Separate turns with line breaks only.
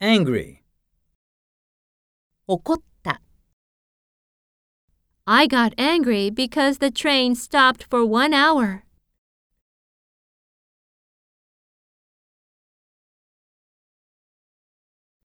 angry,
怒った。I got angry because the train stopped for one hour.